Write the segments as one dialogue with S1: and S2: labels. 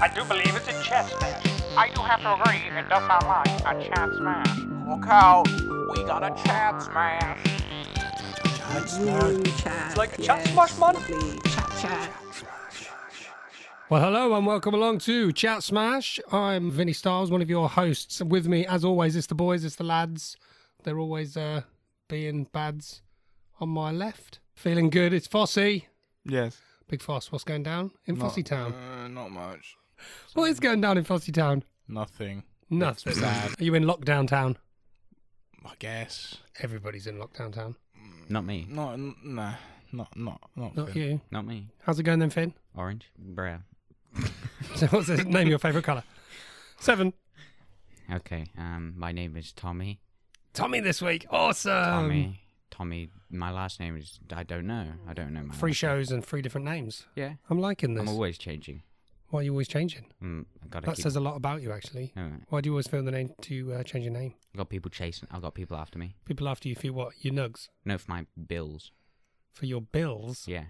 S1: I do believe it's a chess match. I do have to agree, it does sound like a chance match. Look out, we got a chance match.
S2: Ooh, chat.
S1: like a chat smash, man.
S2: Lovely. Chat, chat.
S3: Well, hello and welcome along to Chat Smash. I'm Vinny Styles, one of your hosts. And with me, as always, it's the boys, it's the lads. They're always uh, being bads on my left. Feeling good. It's Fossey.
S4: Yes.
S3: Big Foss, what's going down in Fossey Town?
S4: Uh, not much.
S3: What is going down in Fossey Town?
S4: Nothing.
S3: Nothing.
S4: sad.
S3: Are you in lockdown town?
S4: I guess.
S3: Everybody's in lockdown town.
S5: Not me.
S4: Not. n- Nah. Not. Not. Not.
S3: Not
S4: Finn.
S3: you.
S5: Not me.
S3: How's it going then, Finn?
S5: Orange. Brown.
S3: So what's the name of your favourite colour? Seven.
S5: Okay. Um, my name is Tommy.
S3: Tommy this week. Awesome.
S5: Tommy. Tommy. My last name is I don't know. I don't know my.
S3: Three
S5: last
S3: shows and three different names.
S5: name. Yeah.
S3: I'm liking this.
S5: I'm always changing.
S3: Why are you always changing?
S5: Mm, I gotta
S3: That
S5: keep.
S3: says a lot about you, actually.
S5: No, no.
S3: Why do you always feel the need to uh, change your name?
S5: I got people chasing. I got people after me.
S3: People after you for what? Your nugs?
S5: No, for my bills.
S3: For your bills?
S5: Yeah.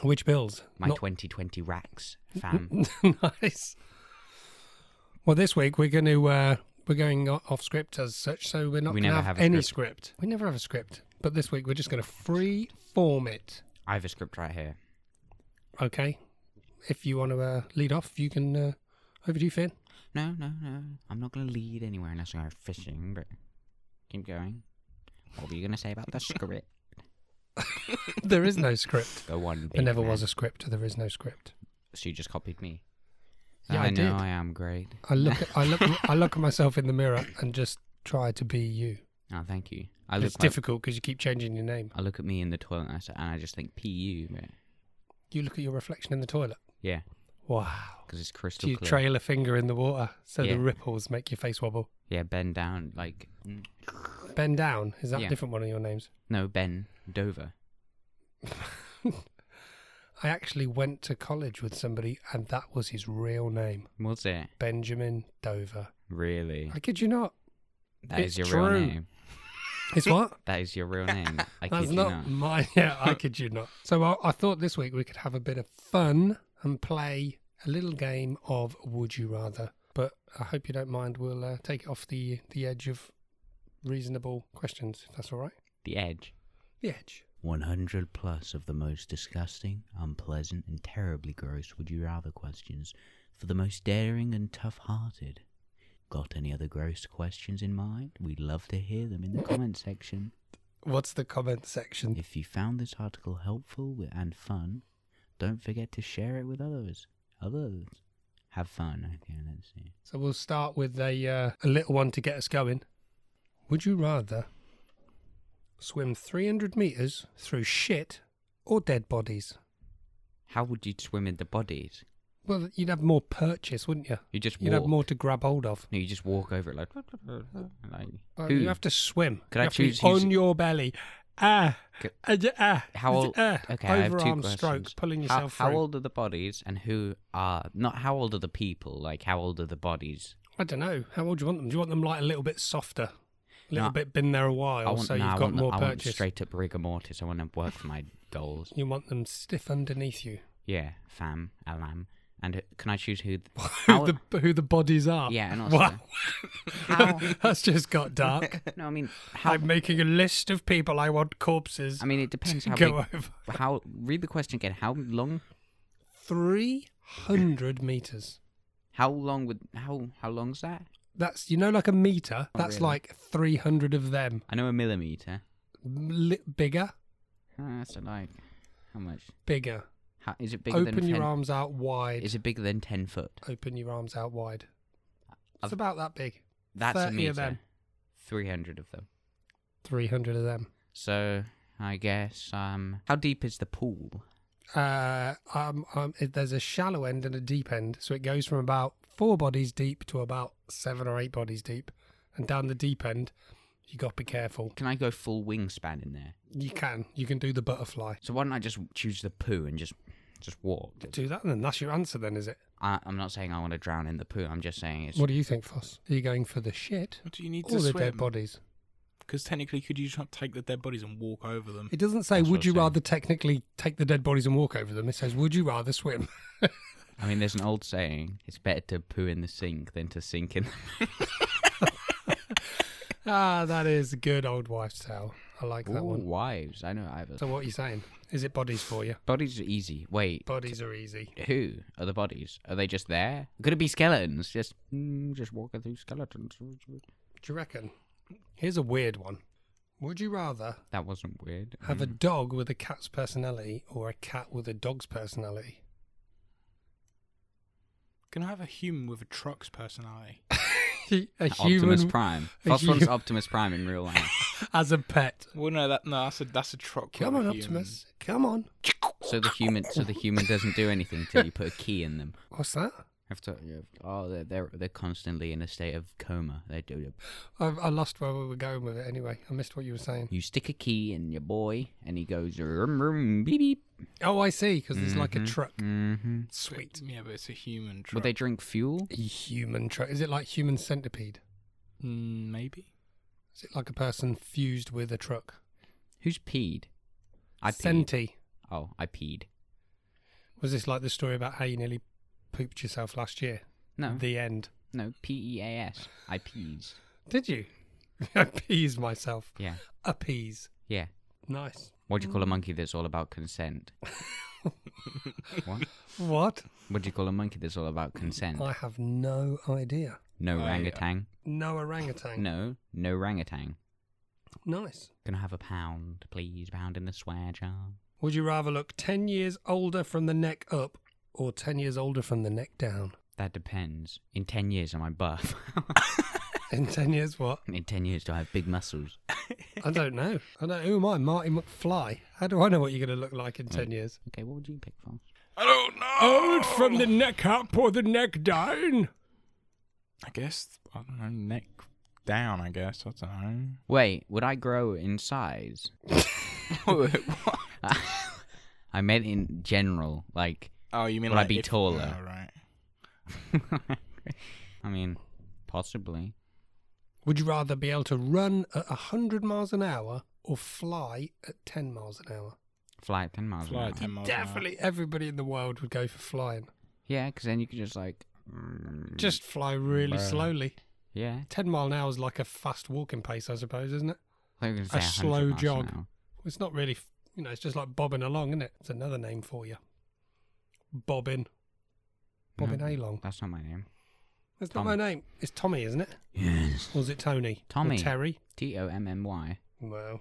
S3: Which bills?
S5: My
S3: Not-
S5: 2020 racks, fam.
S3: nice. Well, this week we're going to uh, we're going o- off script as such, so we're not
S5: We
S3: going to
S5: never
S3: have,
S5: have a
S3: any script. We never have a script, but this week we're just going to free form it.
S5: I have a script right here.
S3: Okay. If you want to uh, lead off, you can. Uh, over to you, Finn.
S5: No, no, no. I'm not gonna lead anywhere unless I go fishing. But keep going. What were you gonna say about the script?
S3: there is no script.
S5: Go on.
S3: There
S5: big
S3: never
S5: man.
S3: was a script. There is no script.
S5: So you just copied me.
S3: Yeah, I
S5: I, know
S3: did.
S5: I am great.
S3: I look, at, I look, I look at myself in the mirror and just try to be you.
S5: Oh, thank you. I
S3: It's
S5: look. my-
S3: difficult because you keep changing your name.
S5: I look at me in the toilet and I, s- and I just think PU. But
S3: You look at your reflection in the toilet.
S5: yeah,
S3: Wow.
S5: because it's
S3: Do
S5: crystal
S3: you
S5: clear.
S3: trail a finger in the water so
S5: Yeah.
S3: the ripples make your face wobble?
S5: yeah, bend down like mm,
S3: Ben Down, is that a
S5: Yeah.
S3: different one of your names?
S5: no Ben Dover.
S3: I actually went to college with somebody and that was his real name
S5: What's it
S3: Benjamin Dover.
S5: really?
S3: I kid you not.
S5: That
S3: it's
S5: is your
S3: true.
S5: real name.
S3: It's what?
S5: That is your real name. I
S3: That's
S5: kid you
S3: not,
S5: not.
S3: my. Yeah, I kid you not. So I, I thought this week we could have a bit of fun and play a little game of Would You Rather. But I hope you don't mind. We'll uh, take it off the the edge of reasonable questions. If that's all right.
S5: The Edge.
S3: The edge.
S5: 100 plus of the most disgusting, unpleasant, and terribly gross would you rather questions for the most daring and tough hearted. Got any other gross questions in mind? We'd love to hear them in the comment section.
S3: What's the comment section?
S5: If you found this article helpful wi- and fun, don't forget to share it with others. Others. Have fun. Okay, let's see.
S3: So we'll start with a uh, a little one to get us going. Would you rather swim 300 meters through shit or dead bodies?
S5: How would you swim in the bodies?
S3: Well, you'd have more purchase, wouldn't you?
S5: You just
S3: You'd
S5: walk.
S3: have more to grab hold of.
S5: No, you just walk over it like. like
S3: Uh,
S5: who?
S3: you have to swim. You
S5: Could I
S3: have to be
S5: choose who's-
S3: on your belly? Ah,
S5: Could-
S3: ah, j- ah,
S5: How
S3: j-
S5: old?
S3: ah.
S5: okay, I have two
S3: Overarm
S5: questions.
S3: stroke, pulling
S5: How-
S3: yourself
S5: How,
S3: through.
S5: old are the bodies, and who are not? How old are the people? Like how old are the bodies?
S3: I don't know. How old do you want them? Do you want them like a little bit softer, a little
S5: No,
S3: bit been there a while,
S5: I want.
S3: Oh, so
S5: no,
S3: you've
S5: I
S3: got
S5: want, the-
S3: more
S5: I want
S3: purchase?
S5: straight up rigor mortis. I want to work for my goals.
S3: You want them stiff underneath you.
S5: Yeah, fam, alam. And who- can I choose who? th-
S3: Who
S5: how-
S3: the, who the bodies are?
S5: Yeah, and also-
S3: wow,
S5: how?
S3: that's just got dark.
S5: No, I mean how?
S3: I'm making a list of people I want corpses.
S5: I mean it depends how.
S3: go
S5: big-
S3: over
S5: How? Read the question again. How long?
S3: three hundred meters.
S5: How long would? How? How long's that?
S3: That's you know like a meter.
S5: Oh,
S3: That's
S5: really?
S3: like three hundred of them.
S5: I know a millimeter.
S3: li- bigger,
S5: Uh, that's like how much?
S3: bigger.
S5: How, is it bigger
S3: open
S5: than
S3: your
S5: 10
S3: arms out wide.
S5: Is it bigger than ten foot?
S3: Open your arms out wide. It's
S5: I've-
S3: about that big.
S5: That's
S3: 30
S5: a
S3: of
S5: meter.
S3: them.
S5: Three hundred of them.
S3: Three hundred of them.
S5: So I guess um, how deep is the pool?
S3: Uh, um, um, it, there's a shallow end and a deep end, so it goes from about four bodies deep to about seven or eight bodies deep, and down the deep end, you got to be careful.
S5: Can I go full wingspan in there?
S3: You can, you can do the butterfly.
S5: So why don't I just choose the poo and just just walk?
S3: Do that, then that's your answer. Then is it?
S5: I, I'm not saying I want to drown in the poo. I'm just saying it's
S3: What do you think, Foss? Are you going for the shit
S4: But Do you need
S3: or
S4: to
S3: the
S4: swim?
S3: dead bodies?
S4: Because technically, could you try- take the dead bodies and walk over them?
S3: It doesn't say,
S5: That's what
S3: would
S5: I'm
S3: you
S5: saying.
S3: rather technically take the dead bodies and walk over them? It says, would you rather swim?
S5: I mean, there's an old saying: it's better to poo in the sink than to sink in.
S3: Ah, that is a good old wives' tale. I like
S5: The...
S3: that
S5: Ooh,
S3: one.
S5: wives. I know. I have
S3: So
S5: a...
S3: what are you saying? Is it bodies for you?
S5: Bodies are easy. Wait,
S3: Bodies are easy.
S5: who are the bodies? Are they just there? Could it be skeletons? Just, mm, just walking through skeletons.
S3: Do you reckon? Here's a weird one. Would you rather
S5: That wasn't weird. Mm.
S3: have a dog with a cat's personality or a cat with a dog's personality?
S4: Can I have a human with a truck's personality?
S3: a
S5: Optimus
S3: human
S5: Prime.
S3: a
S5: First one's
S3: human-
S5: Optimus Prime in real life.
S3: as a pet.
S4: Well, no, that no, that's a that's a truck. with
S3: Come
S4: a
S3: on,
S4: human.
S3: Optimus. Come on.
S5: So the human, so the human doesn't do anything till you put a key in them.
S3: What's that?
S5: After, oh, they're they're, they're constantly in a state of coma. They do.
S3: I, I lost where we were going with it anyway. I missed what you were saying.
S5: You stick a key in your boy, and he goes rum rum beep beep.
S3: Oh, I see, because it's like a truck.
S5: Mm-hmm.
S3: Sweet.
S4: Yeah, but it's a human truck.
S5: Would they drink fuel?
S3: A human truck. Is it like human centipede?
S4: Mm, maybe.
S3: Is it like a person fused with a truck?
S5: Who's peed? I peed.
S3: Centi.
S5: Oh, I peed.
S3: Was this like the story about how you nearly pooped yourself last year?
S5: No,
S3: The end.
S5: no, P E A S. I pees.
S3: Did you? I appease myself.
S5: Yeah,
S3: Appease.
S5: yeah.
S3: Nice.
S5: What do you call
S3: Mm.
S5: a monkey that's all about consent? what?
S3: What?
S5: What do you call a monkey that's all about consent?
S3: I have no idea.
S5: No
S4: I-
S5: orangutan.
S3: No orangutan.
S5: No, no orangutan.
S3: Nice.
S5: Can I have a pound, please? Pound in the swear jar.
S3: Would you rather look 10 years older from the neck up or 10 years older from the neck down?
S5: That depends. In ten years, am I buff?
S3: In 10 years, what?
S5: in ten years, do I have big muscles?
S3: I don't know. I don't, who am I? Marty McFly. How do I know what you're going to look like in 10 years?
S5: Okay, what would you pick for?
S4: I don't know.
S3: Old from the neck up or the neck down?
S4: I guess I don't know. Neck down. I guess I don't know.
S5: Wait, would I grow in size? I meant in general, like.
S4: Oh, you mean
S5: Will I
S4: like
S5: be
S4: if-
S5: taller?
S4: Oh, right.
S5: I mean, possibly.
S3: Would you rather be able to run at 100 miles an hour or fly at 10 miles an hour?
S5: Fly at 10 miles an
S4: Fly
S5: hour.
S4: at ten miles. an hour.
S3: Definitely everybody in the world would go for flying.
S5: Yeah, because then you could just, like. mm,
S3: Just fly really
S4: Bruh.
S3: slowly.
S5: Yeah.
S3: 10 mile an hour is like a fast walking pace, I suppose, isn't it?
S5: I thought you were gonna say 100
S3: slow
S5: miles an
S3: jog.
S5: hour.
S3: It's not really, f- you know, it's just like bobbing along, isn't it? It's another name for you. Bobbing. Bobbing
S5: No,
S3: Along.
S5: That's not my name.
S3: That's
S5: Tommy.
S3: not my name. It's Tommy, isn't it?
S5: Yes.
S3: Or is it Tony? Or
S5: Tommy.
S3: Terry?
S5: T O M M Y.
S3: Well,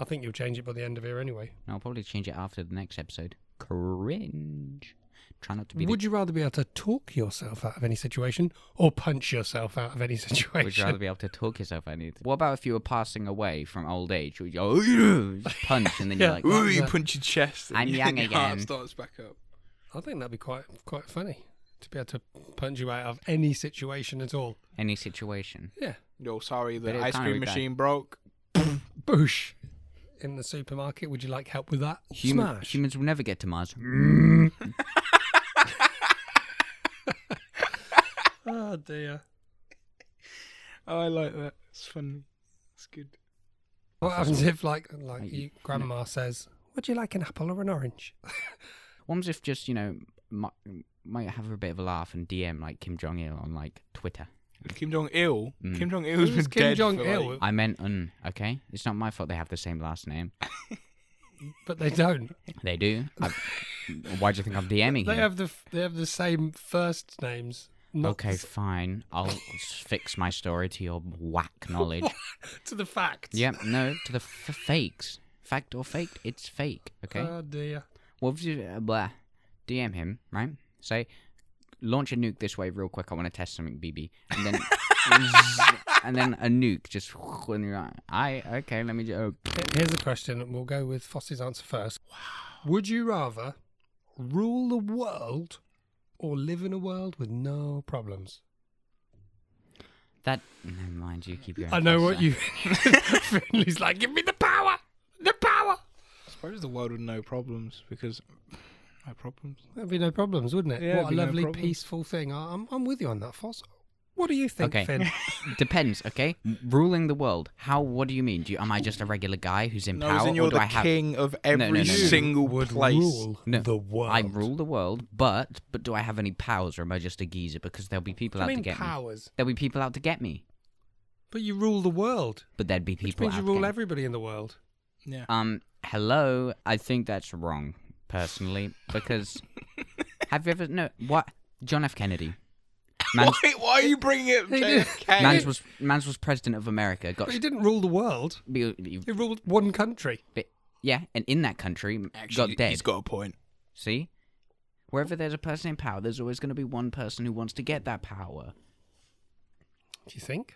S3: I think you'll change it by the end of here anyway.
S5: No, I'll probably change it after the next episode. Cringe. Try not to be.
S3: Would
S5: the...
S3: you rather be able to talk yourself out of any situation or punch yourself out of any situation?
S5: Would you rather be able to talk yourself out? What about if you were passing away from old age? Would you go, "Oh, you just punch and then you're
S3: Yeah.
S5: like, "Oh,
S4: Ooh, you
S3: Yeah.
S4: punch your chest. and
S5: I'm
S4: your
S5: young
S4: heart
S5: again.
S4: starts back up.
S3: I think that'd be quite quite funny to be able to punch you out of any situation at all.
S5: any situation?
S3: Yeah,
S4: Yo, sorry,
S5: But
S4: the
S5: it
S4: ice
S5: kinda
S4: cream
S5: would die.
S4: machine broke.
S3: boosh. In the supermarket, would you like help with that?
S5: Human-
S3: Smash.
S5: Humans will never get to Mars.
S3: Oh dear.
S4: Oh, I like that. It's funny. It's good.
S3: What happens if, like, like
S5: Like,
S3: you, grandma says, "Would you like an apple or an orange?"
S5: One's if just, you know, might, might have a bit of a laugh and DM like Kim Jong Il on like Twitter.
S4: Kim Jong Il.
S5: Mm.
S4: Kim Jong Il's
S3: Who's
S4: been
S3: Kim
S4: dead
S3: Jong
S4: for
S3: Il?
S4: like-
S5: I meant un, okay? It's not my fault they have the same last name.
S3: But they don't.
S5: They do. I've- why do you think I'm DMing
S3: They
S5: here?
S3: have the f- they have the same first names. Not
S5: okay,
S3: the s-
S5: fine. I'll s- fix my story to your whack knowledge.
S3: to the facts.
S5: yep, no, to the f- fakes. Fact or faked, it's fake, okay?
S3: Oh dear.
S5: What if you uh, blah, DM him, right? Say, launch a nuke this way real quick. I want to test something, BB. And then, and then a nuke just when you're like, I okay, let me just. Oh,
S3: Here- Here's a question, and we'll go with Foss's answer first. Would you rather rule the world or live in a world with no problems?
S5: that never mind. You keep going.
S3: I know what
S5: faster.
S3: you. Finley's like, give me the power, the power.
S4: I suppose the world would no problems because no problems.
S3: That'd be no problems, wouldn't it?
S4: Yeah,
S3: what
S4: it'd
S3: a
S4: be no
S3: lovely,
S4: problems.
S3: peaceful thing. I, I'm, I'm with you on that, Foss. What do you think,
S5: Okay.
S3: Finn?
S5: Depends, okay? M- Ruling the world. How? What do you mean? Do you, am I just a regular guy who's in
S4: No,
S5: power,
S4: as in
S5: or
S4: you're
S5: do
S4: the
S5: I have?
S4: king of
S5: no,
S4: every
S5: no, no.
S4: single
S3: Would
S4: place.
S3: rule
S5: No,
S3: the world.
S5: I rule the world, but but do I have any powers, or am I just a geezer? Because there'll be people
S3: I
S5: out
S3: mean
S5: to get me.
S3: powers,
S5: There'll be people out to get me,
S3: but you rule the world,
S5: but there'd be
S3: which
S5: people
S3: means you
S5: out to
S3: rule
S5: get me.
S3: everybody in the world.
S4: Yeah.
S5: Um, hello. I think that's wrong, personally, because have you ever no what John F. Kennedy? Mans,
S4: Wait, why are you bringing it?
S3: He
S4: James
S3: did-
S4: Kane?
S5: Mans was Mans was president of America. Got
S3: But he didn't rule the world.
S5: be- be-
S3: He ruled one country.
S5: be- yeah, and in that country
S4: Actually,
S5: got dead.
S4: He's got a point.
S5: See, wherever there's a person in power, there's always going to be one person who wants to get that power.
S3: Do you think?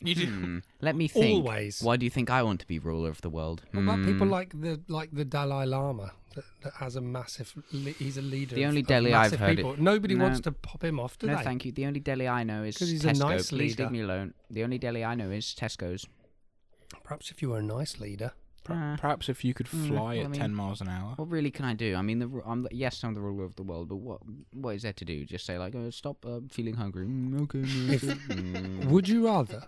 S4: You did.
S5: Hmm, Let me think.
S3: Always.
S5: Why do you think I want to be ruler of the world?
S3: What about people
S5: Hmm,
S3: like the like the Dalai Lama that, that has a massive? Le- he's a leader.
S5: The
S3: of-
S5: only
S3: of
S5: Dalai I've
S3: massive
S5: heard it-
S3: people. Nobody
S5: No.
S3: wants to pop him off, do
S5: no,
S3: they?
S5: thank you. The only deli I know is
S3: 'Cause he's a
S5: Tesco.
S3: nice
S5: Please
S3: leader.
S5: leave me alone. The only deli I know is Tesco's.
S3: Perhaps if you were a nice leader,
S4: Per-
S5: Uh,
S4: Perhaps if you could
S5: mm,
S4: fly
S5: well,
S4: at
S5: I mean-
S4: ten miles an hour.
S5: What really can I do? I mean, the, ru- I'm the, yes, I'm the ruler of the world, but what what is there to do? Just say like, oh, stop uh, feeling hungry. Mm, okay. no,
S3: If-
S5: okay. Mm.
S3: would you rather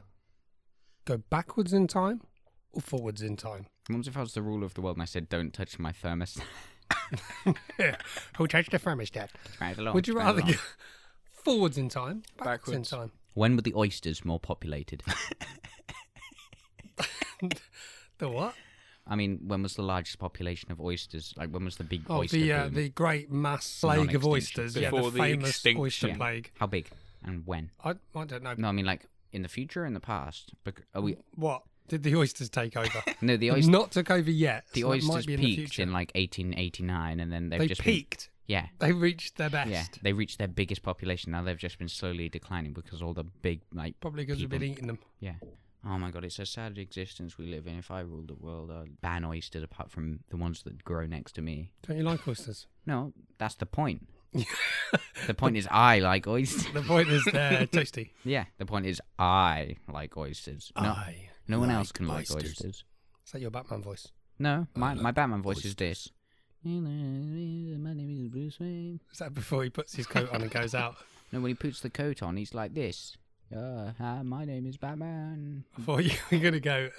S3: go backwards in time or forwards in time?
S5: What if I was the ruler of the world and I said, don't touch my thermostat?
S3: Who touched the thermostat?
S5: Right along,
S3: Would you
S5: right
S3: rather
S5: along.
S3: go forwards in time, backwards,
S4: Backwards.
S3: in time?
S5: When were the oysters more populated?
S3: The what?
S5: I mean, when was the largest population of oysters? Like, when was the big
S3: Oh,
S5: oyster
S3: the uh,
S5: boom?
S3: the great mass plague of
S5: Non-extinction.
S3: oysters. yeah, the,
S4: Before the
S3: famous
S4: extinction.
S3: oyster
S5: Yeah.
S3: plague.
S5: How big and when?
S3: I, I don't know.
S5: No, I mean like in the future, in the past. Bec- Are we?
S3: What did the oysters take over?
S5: No, the
S3: They've
S5: oyster.
S3: not took over yet.
S5: The
S3: so that might
S5: oysters
S3: be in the
S5: peaked
S3: future.
S5: in, like 1889, and then they've
S3: they
S5: just been-
S3: peaked.
S5: yeah,
S3: They reached their best.
S5: Yeah, they reached their biggest population. Now they've just been slowly declining because all the big like
S3: Probably because we've
S5: people-
S3: been eating them.
S5: Yeah. Oh my god, it's a sad existence we live in. If I ruled the world, I'd ban oysters apart from the ones that grow next to me.
S3: Don't you like oysters?
S5: No, that's the point. the point is I like oysters.
S3: The point is they're tasty.
S5: Yeah, the point is I like oysters. No,
S3: Aye.
S5: no one
S4: like
S5: else can like
S4: oysters.
S5: oysters.
S3: Is that your Batman voice?
S5: No, my,
S4: like
S5: my Batman voice is
S4: oysters.
S5: this. My name is Bruce Wayne.
S3: Is that before he puts his coat on and goes out?
S5: No, when he puts the coat on, he's like this. Uh, hi, my name is Batman.
S3: I thought you were going to go,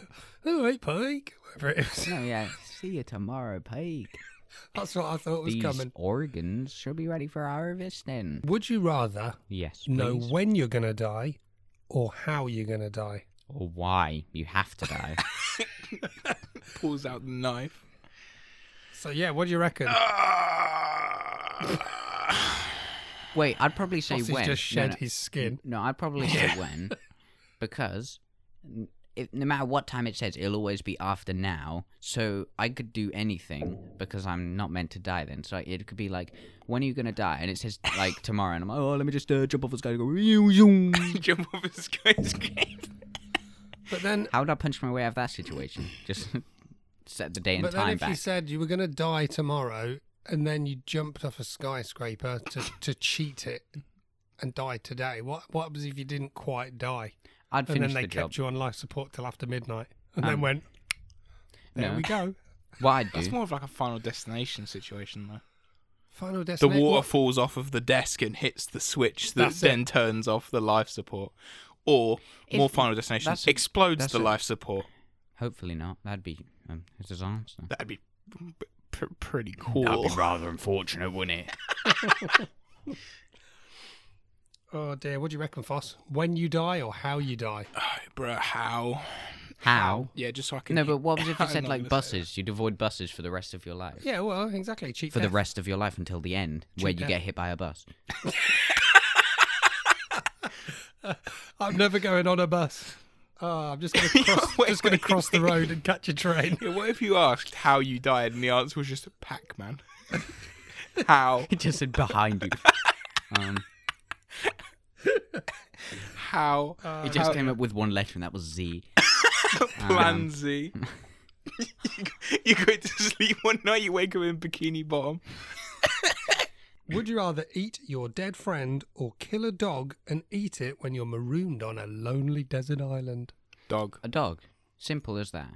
S3: oh, hey, Pike. Whatever it is.
S5: No, yeah, see you tomorrow, Pig.
S3: That's what I thought was
S5: These
S3: coming.
S5: organs should be ready for harvesting.
S3: Would you rather
S5: Yes,
S3: know
S5: please.
S3: when you're going to die or how you're going to die?
S5: Or why you have to die.
S4: Pulls out the knife.
S3: So, yeah, what do you reckon?
S5: Wait, I'd probably say
S3: Bossy's
S5: when.
S3: just
S5: No,
S3: shed
S5: no.
S3: his skin.
S5: No, I'd probably say when, because n- if, no matter what time it says, it'll always be after now. So I could do anything because I'm not meant to die then. So it could be like, when are you gonna die? And it says like tomorrow, and I'm like, oh, let me just uh, jump off this guy and go. "Yoo, yoo."
S4: Jump off his skyscraper.
S3: But then,
S5: How would I punch my way out of that situation? Just set the day and
S3: but then
S5: time
S3: if
S5: back.
S3: you said you were going to die tomorrow and then you jumped off a skyscraper to, to cheat it and died today, what, what happens if you didn't quite die? And
S5: I'd finish
S3: then they
S5: the
S3: kept
S5: job.
S3: you on life support till after midnight and
S5: Um,
S3: then went, there
S5: no.
S3: we go.
S5: What I'd
S4: That's
S5: do.
S4: more of like a Final Destination situation, though.
S3: Final
S4: The
S3: destination.
S4: water falls off of the desk and hits the switch that
S3: That's it.
S4: then turns off the life support. Or
S5: If-
S4: more Final Destination
S5: that's a-
S4: explodes
S5: that's
S4: the
S5: a-
S4: life support.
S5: Hopefully not. That'd be um, a disaster.
S4: That'd be p- p- pretty cool.
S5: rather unfortunate, wouldn't it?
S3: Oh dear, what do you reckon, Foss? When you die or how you die?
S4: Oh, bro, how?
S5: How?
S4: Yeah, just so I can.
S5: No, but what was if it
S4: I'm
S5: said
S4: not
S5: like
S4: gonna say
S5: buses? You'd avoid buses for the rest of your life.
S3: Yeah, well, exactly. Cheat
S5: For the
S3: death.
S5: rest of your life until the end, where you
S3: death.
S5: get hit by a bus.
S3: I'm never going on a bus. Oh, I'm just going to cross,
S4: Wait,
S3: just going to cross the road and catch a train.
S4: that. Yeah, what if you asked how you died and the answer was just Pac Man? how?
S5: It just said behind you. Um,
S4: How?
S5: it just came up with one letter, and that was Z.
S4: Plan Z. you go to sleep one night, you wake up in Bikini Bottom.
S3: Would you rather eat your dead friend or kill a dog and eat it when you're marooned on a lonely desert island?
S4: Dog.
S5: A dog. Simple as that.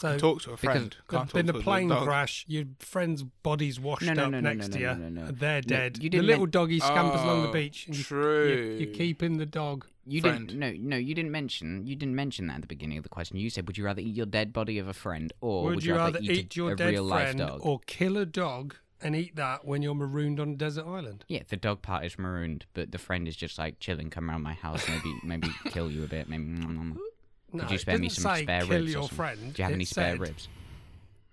S3: So
S4: talk to a friend. Can't
S3: in
S4: talk
S3: the
S4: to
S3: plane
S4: dog.
S3: crash, your friend's body's washed
S5: No, no,
S3: up
S5: no, no,
S3: next
S5: no,
S3: to
S5: no,
S3: you,
S5: no, no, no.
S3: and they're
S5: No,
S3: dead.
S5: you
S3: the
S5: didn't
S3: little
S5: men-
S3: doggy scampers along the
S4: Oh,
S3: beach. And you-
S4: true.
S3: You, are keeping the dog.
S5: You
S4: Friend.
S5: didn't. No, no, you didn't mention. You didn't mention that at the beginning of the question. You said, "Would you rather eat your dead body of a friend, or would,
S3: Would, you rather
S5: eat, a-
S3: eat your
S5: a
S3: dead
S5: real life
S3: friend
S5: dog?"
S3: or kill a dog and eat that when you're marooned on a desert island?
S5: Yeah, the dog part is marooned, but the friend is just like chilling. Come around my house, maybe, maybe kill you a bit. Maybe. nom, nom, nom."
S3: No,
S5: Could you spare
S3: it
S5: me
S3: doesn't
S5: some
S3: say
S5: spare
S3: kill
S5: ribs? or
S3: your
S5: something?
S3: friend.
S5: Do you have
S3: It
S5: any spare
S3: said-
S5: ribs?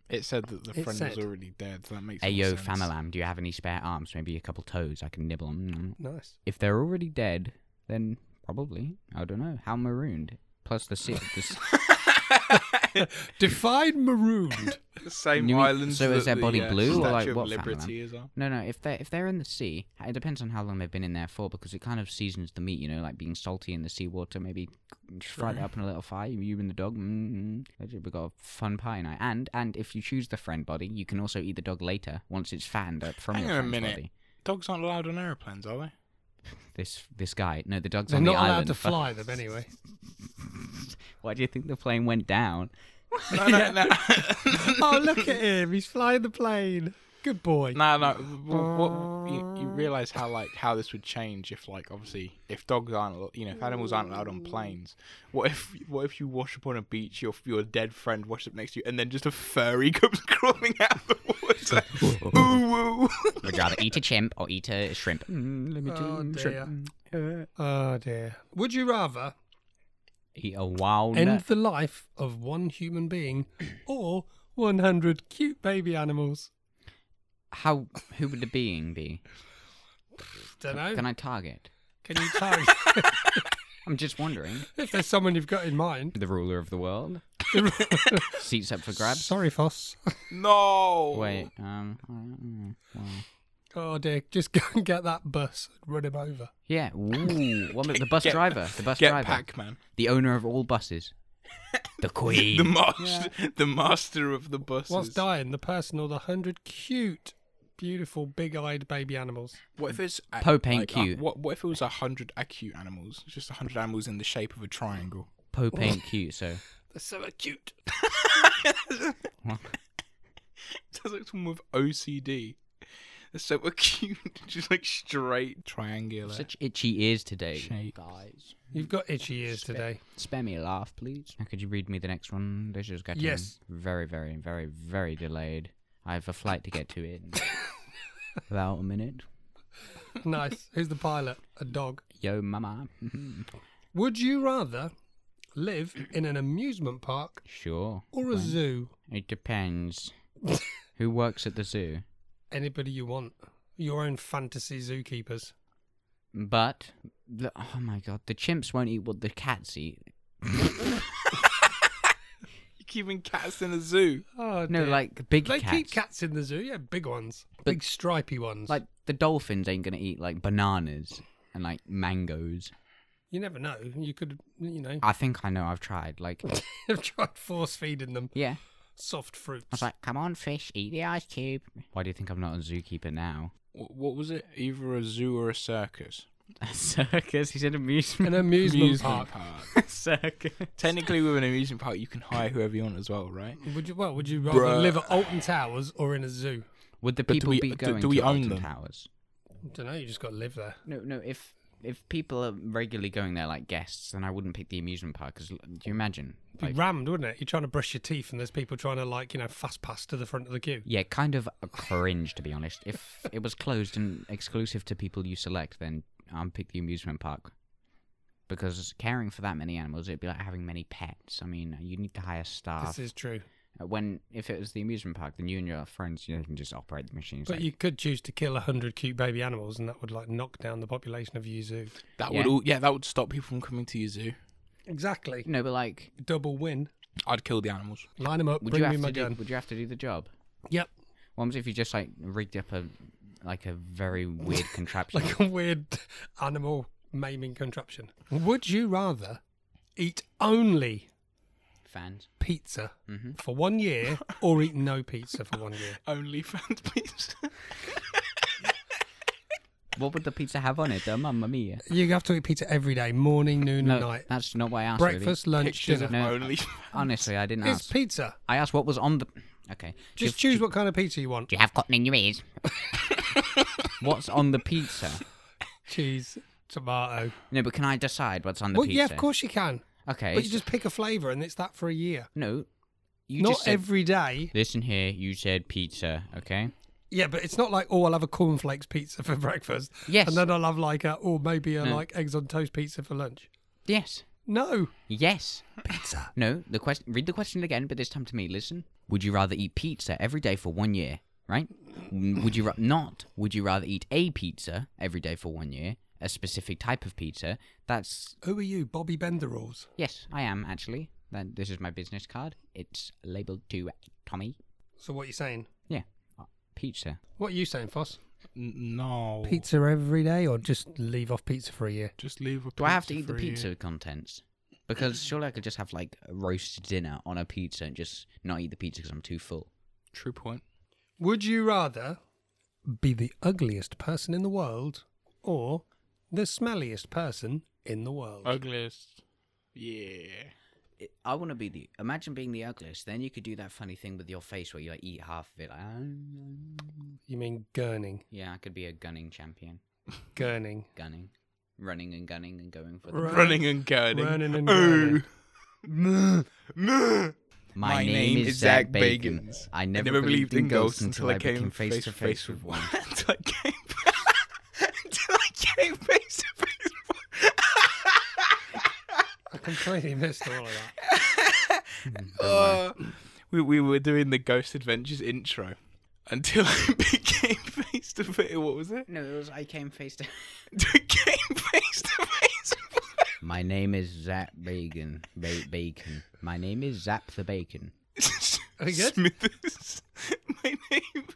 S4: It said that the
S3: It
S4: friend
S3: said-
S4: was already dead. So that makes more
S5: Ayo,
S4: sense.
S5: famalam, do you have any spare arms? Maybe a couple toes I can nibble on. Mm.
S3: Nice.
S5: If they're already dead, then probably I don't know how marooned. Plus the sea. The, s-
S3: Define marooned.
S4: The same
S5: You mean-
S4: islands.
S5: so is
S4: that
S5: their body
S4: the, uh,
S5: blue or,
S4: Statue
S5: like,
S4: of
S5: what famalam?
S4: Liberty is on.
S5: no, no. If they if they're in the sea, it depends on how long they've been in there for, because it kind of seasons the meat. You know, like being salty in the seawater. Maybe just fry it up in a little fire. You and the dog. mm, Mm-mm. We got a fun pie night. And and if you choose the friend body, you can also eat the dog later once it's fattened up from
S4: Hang
S5: your
S4: on a
S5: friend's
S4: minute.
S5: body.
S4: Dogs aren't allowed on airplanes, are they?
S5: This this guy. No, the dog's
S3: They're
S5: on
S3: not
S5: the
S3: allowed
S5: island.
S3: to fly them anyway.
S5: Why do you think the plane went down?
S4: No, no, no.
S3: oh, look at him. He's flying the plane. Good boy.
S4: No, no. What, what, you,
S3: Uh.
S4: you realize how like how this would change if like obviously if dogs aren't al- you know if animals aren't allowed on planes. What if what if you wash up on a beach, your your dead friend washes up next to you, and then just a furry comes crawling out of the water. Ooh, woo.
S5: Would you rather eat a chimp or eat a shrimp? Mm, let me
S3: Oh, dear. Oh, dear. Would you rather
S5: Eat a wild
S3: end
S5: nut.
S3: the life of one human being or 100 cute baby animals?
S5: How? Who would the being be?
S3: Don't know.
S5: Can I target?
S3: Can you tell
S5: I'm just wondering.
S3: if there's someone you've got in mind?
S5: The ruler of the world. Seats up for grabs.
S3: Sorry, Foss.
S4: no.
S5: Wait. Um. all right, mm, well.
S3: Oh, dear. Just go and get that bus and run him over.
S5: Yeah. Ooh. What about the bus
S4: Get-
S5: driver. The bus
S4: Get
S5: driver.
S4: Pac-Man,
S5: The owner of all buses. The queen.
S4: the master, the master of the buses.
S3: What's dying? The person or the 100 cute, beautiful, big eyed baby animals?
S4: What if it's a-
S5: Pope ain't
S4: uh,
S5: cute.
S4: what what if it was a hundred acute animals? It's Just a hundred animals in the shape of a triangle.
S5: Pope ain't cute, so.
S3: They're so cute.
S4: Sounds like someone with OCD. They're so acute, just like straight triangular.
S5: Such itchy ears today,
S4: Shape.
S5: guys.
S3: You've got itchy ears today.
S5: Spare me a laugh, please. Now, could you read me the next one? This is getting
S3: Yes.
S5: very, very, very, very delayed. I have a flight to get to in about a minute.
S3: nice. Who's the pilot? A dog.
S5: Yo, mama.
S3: Would you rather live in an amusement park
S5: sure.
S3: or a zoo?
S5: It depends. Who works at the zoo?
S3: Anybody you want. Your own fantasy zookeepers.
S5: But the, oh my god, the chimps won't eat what the cats eat.
S4: You're keeping cats in a zoo.
S3: Oh,
S5: No,
S3: dear.
S5: like big
S3: they
S5: cats.
S3: keep cats in the zoo. Yeah, big ones, big stripy ones.
S5: Like the dolphins ain't gonna eat like bananas and like mangoes.
S3: you never know. You could, you know,
S5: I think I know. I've tried. Like,
S3: have tried force feeding them
S5: yeah.
S3: soft fruits.
S5: I was like, come on, fish, eat the ice cube. Why do you think I'm not a zookeeper now?
S4: Wh- What was it? Either a zoo or a circus.
S5: A circus? He's an amusement
S3: an amusement, park.
S4: park.
S5: circus.
S4: Technically, with an amusement park, you can hire whoever you want as well, right?
S3: Would you? Well, would you rather
S4: Bruh.
S3: live at Alton Towers or in a zoo?
S5: Would the
S4: But do
S5: people
S4: we- uh,
S5: be
S4: do-
S5: going
S4: do we
S5: to
S4: own
S5: Alton
S4: them?
S5: Towers?
S3: I don't know. You just got to live there.
S5: No, no. If if people are regularly going there like guests, then I wouldn't pick the amusement park. Because do you imagine?
S3: Be
S5: Like,
S3: rammed, wouldn't it? You're trying to brush your teeth, and there's people trying to like, you know, fast pass to the front of the queue.
S5: yeah, kind of a cringe to be honest. If it was closed and exclusive to people you select, then I'd pick the amusement park. Because caring for that many animals, it'd be like having many pets. I mean, you need to hire staff.
S3: This is true.
S5: Uh, When if it was the amusement park, then you and your friends you know, can just operate the machines.
S3: But
S5: like-
S3: you could choose to kill 100 cute baby animals, and that would like knock down the population of your zoo.
S4: That
S5: Yeah.
S4: would all, yeah, that would stop people from coming to your zoo.
S3: Exactly.
S5: no, but like,
S3: Double win.
S4: I'd kill the animals.
S3: Line them up,
S5: would
S3: bring
S5: you
S3: me
S5: have
S3: my
S5: to do,
S3: gun.
S5: would you have to do the job?
S3: Yep.
S5: What happens if you just like rigged up a like a very weird contraption?
S3: Like a weird animal maiming contraption. Would you rather eat only
S5: fans?
S3: pizza
S5: Mm-hmm.
S3: for one year or eat no pizza for one year?
S4: Only fans, please.
S5: What would the pizza have on it, though, Mamma Mia?
S3: You have to eat pizza every day, morning, noon,
S5: No,
S3: and night.
S5: that's not what I asked. really.
S3: Breakfast, lunch,
S4: Pictures
S3: dinner.
S4: of
S5: No.
S4: only.
S5: Honestly, I didn't
S3: It's
S5: ask.
S3: pizza.
S5: I asked what was on the. Okay. Do you-
S3: Just choose what kind of pizza you want.
S5: Do you have cotton in your ears? what's on the pizza?
S3: Cheese, tomato.
S5: No, but can I decide what's on the
S3: Well,
S5: pizza?
S3: yeah, of course you can.
S5: Okay.
S3: But you
S5: so-
S3: just pick a flavour and it's that for a year.
S5: no. You
S3: Not
S5: just said,
S3: every day.
S5: Listen here, you said pizza, okay?
S3: Yeah, but it's not like, oh, I'll have a cornflakes pizza for breakfast.
S5: Yes.
S3: And then I'll have like a, or maybe a
S5: No.
S3: like eggs on toast pizza for lunch.
S5: Yes.
S3: No.
S5: Yes.
S3: Pizza.
S5: No, the question. Read the question again, but this time to me. Listen. Would you rather eat pizza every day for one year, right? Mm, Would you ra- not? Would you rather eat a pizza every day for one year, a specific type of pizza? That's
S3: Who are you? Bobby Bender rules.
S5: yes, I am actually. Then this is my business card. It's labeled to Tommy.
S3: So what are you saying?
S5: Yeah, uh, pizza.
S3: What are you saying, Foss?
S4: N- no.
S3: Pizza every day or just leave off pizza for a year?
S4: Just leave a pizza.
S5: Do I have to eat the
S4: for you.
S5: pizza contents? Because surely I could just have like a roast dinner on a pizza and just not eat the pizza because I'm too full.
S4: True point.
S3: Would you rather be the ugliest person in the world or the smelliest person in the world?
S4: Ugliest. Yeah.
S5: it- I want to be the. Imagine being the ugliest. Then you could do that funny thing with your face where you like eat half of it. Like,
S3: You mean gurning?
S5: yeah, I could be a gunning champion.
S3: Gurning.
S5: Gunning, running and gunning and going for the.
S3: Right.
S4: Running and girding.
S3: Running and
S4: Ooh.
S3: gurning.
S4: My,
S5: My, name, is Zach Bagans. I never, believed in ghosts until I came face to face with one.
S4: until I came, until I came face to face with
S3: I completely missed all of that.
S4: one. Uh, we, we were doing the Ghost Adventures intro until I became face to face. What was it?
S5: No, it was I came face to.
S4: Became face to face with one.
S5: My name is Zach Bacon. Ba- bacon. My name is Zap the Bacon.
S3: Are we good?
S4: Smithers. My name.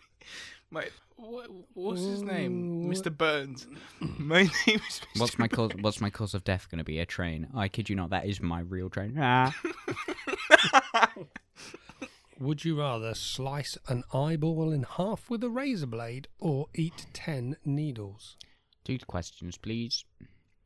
S4: My what, what's his name? Mr. Burns. My name is. Mr.
S5: What's my cause? What's my cause of death going to be? A train? I kid you not. That is my real train. Ah.
S3: Would you rather slice an eyeball in half with a razor blade or eat 10 needles?
S5: Two questions, please.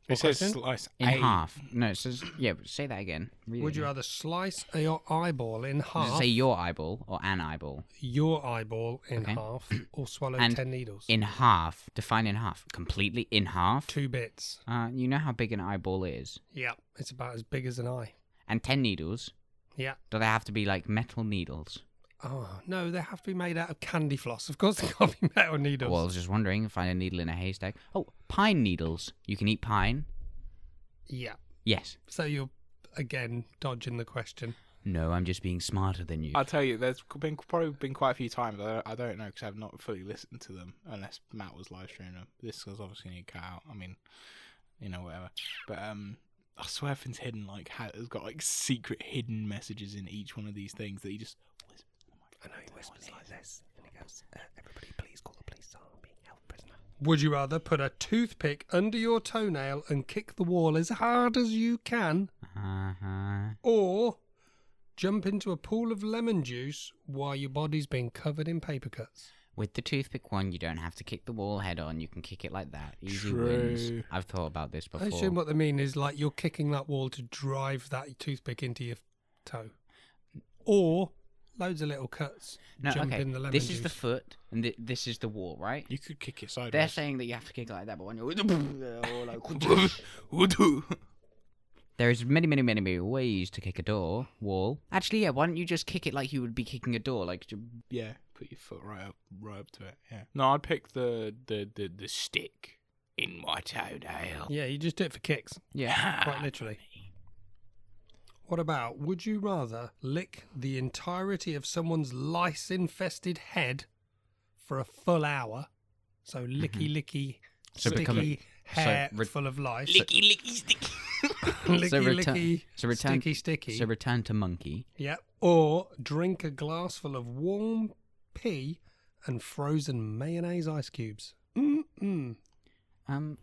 S4: It says
S3: question?
S4: slice
S5: In
S4: A.
S5: half. No, it says yeah. but Say that again. Read it
S3: Would you
S5: again.
S3: rather slice a- your eyeball in
S5: Does it
S3: half,
S5: say your eyeball or an eyeball?
S3: your eyeball in
S5: Okay.
S3: half, or swallow
S5: And
S3: 10 needles?
S5: In half. Define in half. Completely in half.
S3: Two bits.
S5: Uh, you know how big an eyeball is.
S3: Yeah, it's about as big as an eye.
S5: And ten needles.
S3: Yeah.
S5: Do they have to be like metal needles?
S3: Oh, no, they have to be made out of candy floss. Of course, they can't be metal needles.
S5: Well, I was just wondering. Find a needle in a haystack. Oh, pine needles. You can eat pine.
S3: Yeah.
S5: Yes.
S3: So you're, again, dodging the question.
S5: No, I'm just being smarter than you.
S4: I'll tell you, there's been probably been quite a few times. I don't, I don't know because I've not fully listened to them unless Matt was live streaming them. This was obviously need cut out. I mean, you know, whatever. But um, I swear things hidden like ha- has got like secret hidden messages in each one of these things that you just. oh
S3: I know he whispers like this, and he goes, uh, "Everybody, please call the police. I'm being held prisoner." Would you rather put a toothpick under your toenail and kick the wall as hard as you can,
S5: Uh-huh.
S3: or jump into a pool of lemon juice while your body's being covered in paper cuts?
S5: With the toothpick one, you don't have to kick the wall head on. You can kick it like that. Easy wins.
S4: True.
S5: I've thought about this
S3: I
S5: before.
S3: assume what they mean is like you're kicking that wall to drive that toothpick into your toe, or loads of little cuts.
S5: no,
S3: jump
S5: okay.
S3: in the lemon
S5: this
S3: juice.
S5: is the foot, and th- this is the wall, right?
S4: You could kick it
S5: They're
S4: sideways.
S5: saying that you have to kick like that, but when you're all like,
S4: Woodoo.
S5: there's many, many, many, many ways to kick a door wall. Actually, yeah, why don't you just kick it like you would be kicking a door? Like, j-
S4: yeah, put your foot right up, right up to it. Yeah. No, I'd pick the the the, the stick in my toenail. Ah,
S3: yeah, you just do it for kicks.
S5: yeah.
S3: Quite literally. What about would you rather lick the entirety of someone's lice infested head for a full hour? So licky licky
S5: Mm-hmm. So become a-
S3: sticky
S5: so
S3: hair
S5: re-
S3: full of lice.
S4: Licky licky stick.
S3: licky
S5: return-
S3: licky
S5: so return-
S3: sticky sticky.
S5: So return to monkey.
S3: yeah. Or drink a glass full of warm pea and frozen mayonnaise ice cubes. Mm mm.
S5: Um,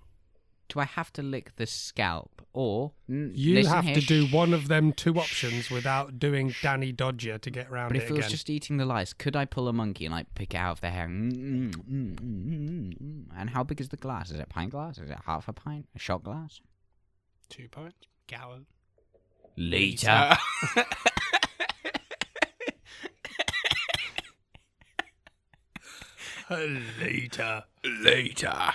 S5: do I have to lick the scalp or n-
S3: You
S5: listen
S3: have
S5: here,
S3: to do
S5: shh,
S3: one of them two options without doing Danny Dodger to get around
S5: But
S3: it
S5: if it was
S3: again.
S5: just eating the lice, could I pull a monkey and like pick it out of their hair? Mm, mm, mm, mm, mm. And how big is the glass? Is it pint glass? Is it half a pint? A shot glass?
S4: Two pints? Gallon?
S5: Liter.
S3: Later.
S4: Later.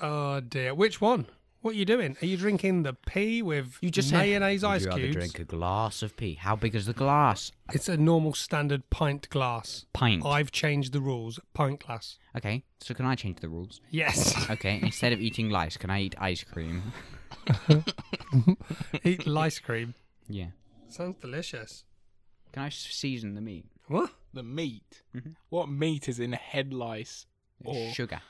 S3: Oh dear. Which one? What are you doing? Are you drinking the pea with
S5: You just
S3: mayonnaise
S5: said,
S3: ice
S5: Would you rather
S3: cubes?
S5: drink a glass of pee? How big is the glass?
S3: It's a normal standard pint glass.
S5: Pint.
S3: I've changed the rules. Pint glass.
S5: Okay, so can I change the rules?
S3: Yes.
S5: Okay, instead of eating lice, can I eat ice cream?
S3: Eat lice cream.
S5: Yeah.
S3: Sounds delicious.
S5: Can I s- season the meat?
S3: What?
S4: The meat.
S5: Mm-hmm.
S4: What meat is in head lice? Or
S5: Sugar.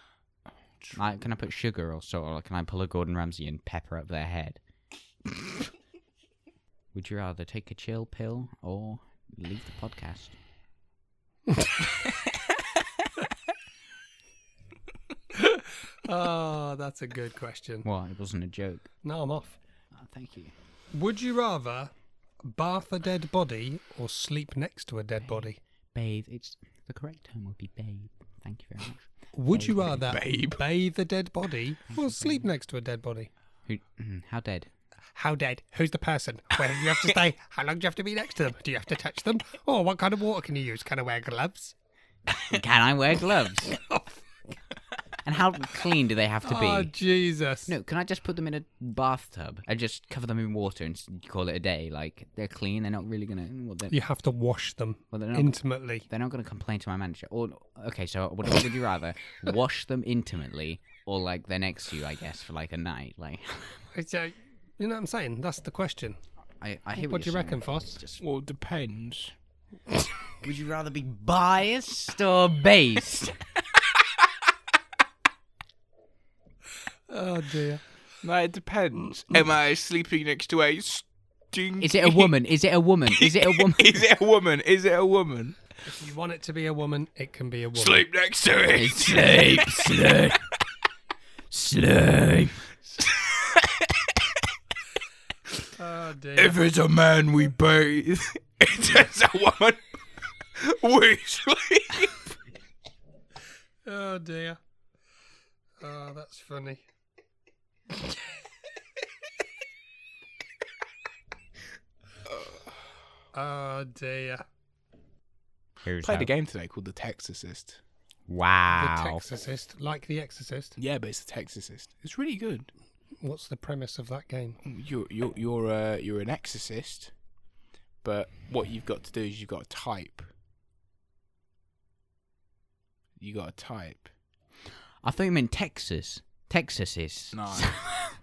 S5: Like, can I put sugar or salt? Or like, can I pull a Gordon Ramsay and pepper up their head? Would you rather take a chill pill or leave the podcast?
S3: Oh, that's a good question.
S5: Well, it wasn't a joke.
S3: Now I'm off.
S5: Oh, thank you.
S3: Would you rather bath a dead body or sleep next to a dead body?
S5: Bathe. It's the correct term would be bathe. Thank you very much.
S3: Would you
S5: Oh,
S3: rather
S4: Babe.
S3: bathe a dead body or sleep next to a dead body?
S5: Who? hmm, How dead?
S3: How dead? Who's the person? Where do you have to stay? How long do you have to be next to them? Do you have to touch them? Or what kind of water can you use? Can I wear gloves?
S5: Can I wear gloves? and how clean do they have to be?
S3: Oh, Jesus.
S5: No, can I just put them in a bathtub? I just cover them in water and s- call it a day. Like they're clean. They're not really gonna. Well, they're,
S3: You have to wash them
S5: well, they're not.
S3: intimately.
S5: they're not gonna complain to my manager. Or okay, so what, what would you rather wash them intimately or like they're next to you? I guess for like a night. Like
S3: It's, uh, you know what I'm saying? That's the question.
S5: I, I hear
S3: What
S5: what,
S3: do you
S5: you're
S3: reckon,
S5: saying.
S3: Foss?
S5: It's Just,
S4: well, depends.
S5: would you rather be biased or based?
S3: Oh, dear.
S4: No, it depends.
S5: Mm-hmm.
S4: Am I sleeping next to a stinky?
S5: Is it a woman? Is it a woman? Is it a woman?
S4: Is it a woman? Is it a woman?
S3: If you want it to be a woman, it can be a woman.
S4: Sleep next to it.
S5: Sleep, sleep, sleep.
S3: Oh, dear.
S4: If it's a man, we bathe. If it's a woman, we sleep.
S3: Oh dear. Oh, that's funny. oh dear.
S5: Here's
S4: Played
S5: how-
S4: a game today called The Texasist.
S5: Wow.
S3: The Texasist, like the Exorcist.
S4: Yeah, but it's The Texasist. It's really good.
S3: What's the premise of that game?
S4: You're you're you're uh, you're an exorcist, but what you've got to do is you've got to type. You got to type.
S5: I thought you meant Texas. Texas is.
S4: No,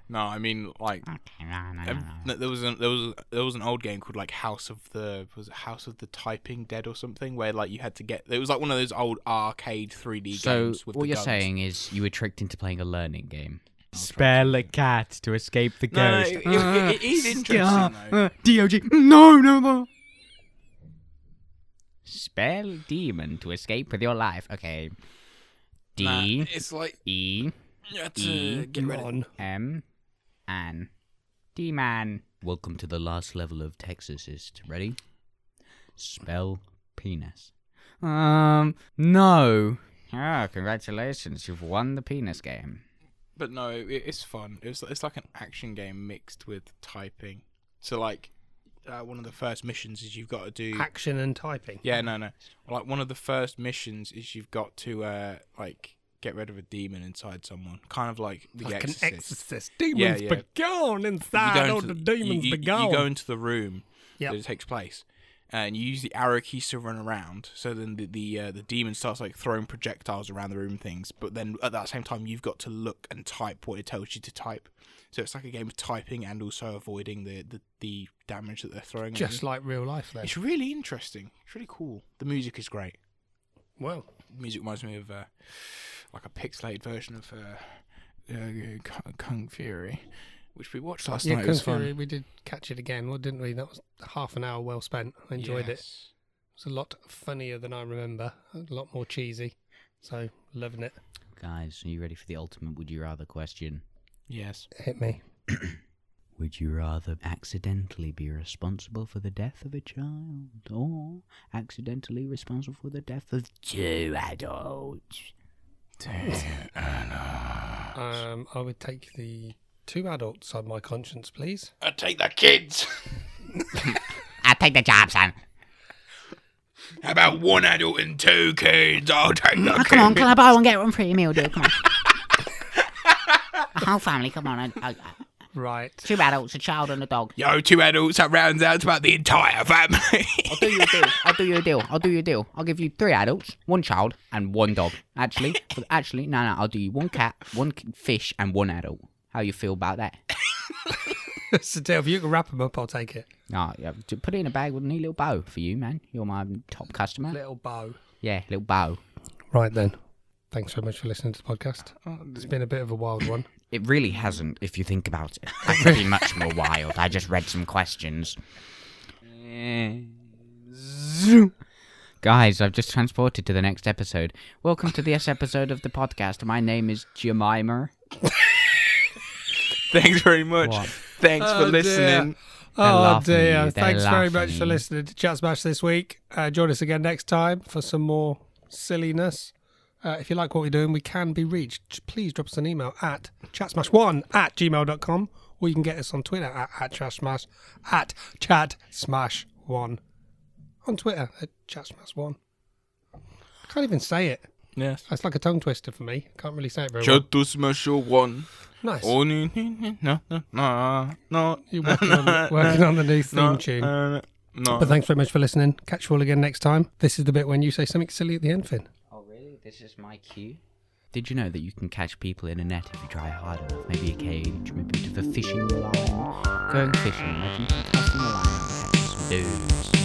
S4: no, I mean like
S5: Okay, no, no, no,
S4: Ev-
S5: no.
S4: no, there was an there was there was an old game called like House of the was it House of the Typing Dead or something where like you had to get it was like one of those old arcade 3D
S5: So
S4: games with
S5: what
S4: the
S5: you're
S4: guns.
S5: saying is you were tricked into playing a learning game. Spell a cat to escape the
S4: No, no, it, it- it is interesting though.
S5: uh, Dog. No, no, no. Spell demon to escape with your life. Okay.
S4: Nah,
S5: D
S4: it's like
S5: E
S4: you had to Uh, get rid of
S3: Mon.
S5: M An D man. Welcome to the last level of Texasist. Ready? Spell penis. Um no. Ah, congratulations, you've won the penis game.
S4: but no, it, it's fun. It's it's like an action game mixed with typing. So like uh, one of the first missions is you've got to do
S3: Action and typing.
S4: Yeah, no, no. Well, Like one of the first missions is you've got to uh like get rid of a demon inside someone, kind of like the
S3: Like
S4: Exorcist.
S3: an exorcist. Demons
S4: yeah.
S3: begone
S4: You
S3: inside.
S4: go
S3: All
S4: into
S3: the demons
S4: you, you,
S3: begone.
S4: You go into the room
S3: Yep.
S4: that it takes place, and you use the arrow keys to run around. So then the the, uh, the demon starts like throwing projectiles around the room, and things. But then at that same time, you've got to look and type what it tells you to type. So it's like a game of typing and also avoiding the the, the damage that they're throwing. at
S3: Just
S4: you.
S3: like real life, then.
S4: it's really interesting. It's really cool. The music is great.
S3: Well,
S4: music reminds me of uh, like a pixelated version of uh, uh, Kung- Kung Fury, which we watched last
S3: yeah,
S4: night. It
S3: Kung
S4: was
S3: Fury,
S4: fun.
S3: we did catch it again, well, didn't we? That was half an hour well spent. I enjoyed it.
S4: Yes.
S3: It's a lot funnier than I remember. A lot more cheesy. So loving it.
S5: Guys, are you ready for the ultimate would you rather question?
S4: Yes.
S3: Hit me.
S5: Would you rather accidentally be responsible for the death of a child or accidentally responsible for the death of two adults?
S3: Um, I would take the two adults on my conscience, please.
S4: I take the kids.
S5: I'll take the job, son.
S4: How about one adult and two kids? I'll
S3: Mm,
S4: take
S3: oh,
S4: the
S5: come on, can I buy one, get one free meal deal? Come on. a whole family, come on. I- I- I-
S3: Right.
S5: two adults, a child and a dog.
S4: Yo, two adults. That rounds out about the entire family.
S5: I'll do you a deal. I'll do you a deal. I'll do you a deal. I'll give you three adults, one child, and one dog. Actually, for- actually, no, no. I'll do you one cat, one c- fish, and one adult. How you feel about that?
S3: so, Dale, if you can wrap them up, I'll take it.
S5: Ah, yeah. to Put it in a bag with a neat little bow for you, man. You're my top customer.
S3: Little bow.
S5: Yeah, little bow.
S3: Right then. Thanks very much for listening to the podcast. It's been a bit of a wild one.
S5: It really hasn't, if you think about it. That could be much more wild. I just read some questions. Zoom. Guys, I've just transported to the next episode. Welcome to this episode of the podcast. My name is Jemima.
S4: Thanks very much.
S5: What?
S4: Thanks
S3: Oh,
S4: for
S3: dear.
S4: listening.
S3: Oh
S5: laughing at you.
S3: dear.
S5: They're
S3: Thanks very
S5: laughing
S3: much
S5: at
S3: for
S5: you.
S3: listening to Chat Smash this week. Uh, join us again next time for some more silliness. Uh, if you like what we're doing, we can be reached. J- Please drop us an email at chatsmash1 at gmail.com or you can get us on Twitter at, at chatsmash at chatsmash1 on Twitter at chatsmash1. I can't even say it.
S4: Yes.
S3: That's like a tongue twister for me. Can't really say it very well.
S4: Just special one.
S3: Nice.
S4: Oh, no, no, no, no, no, no.
S3: You're working on, working on the new theme
S4: no,
S3: tune.
S4: uh, no.
S3: But thanks very much for listening. Catch you all again next time. This is the bit when you say something silly at the end, Finn.
S5: Oh, really? This is my cue? Did you know that you can catch people in a net if you try hard enough? Maybe a cage, maybe a bit of a fishing line. Going fishing, imagine casting a line and catching some dudes.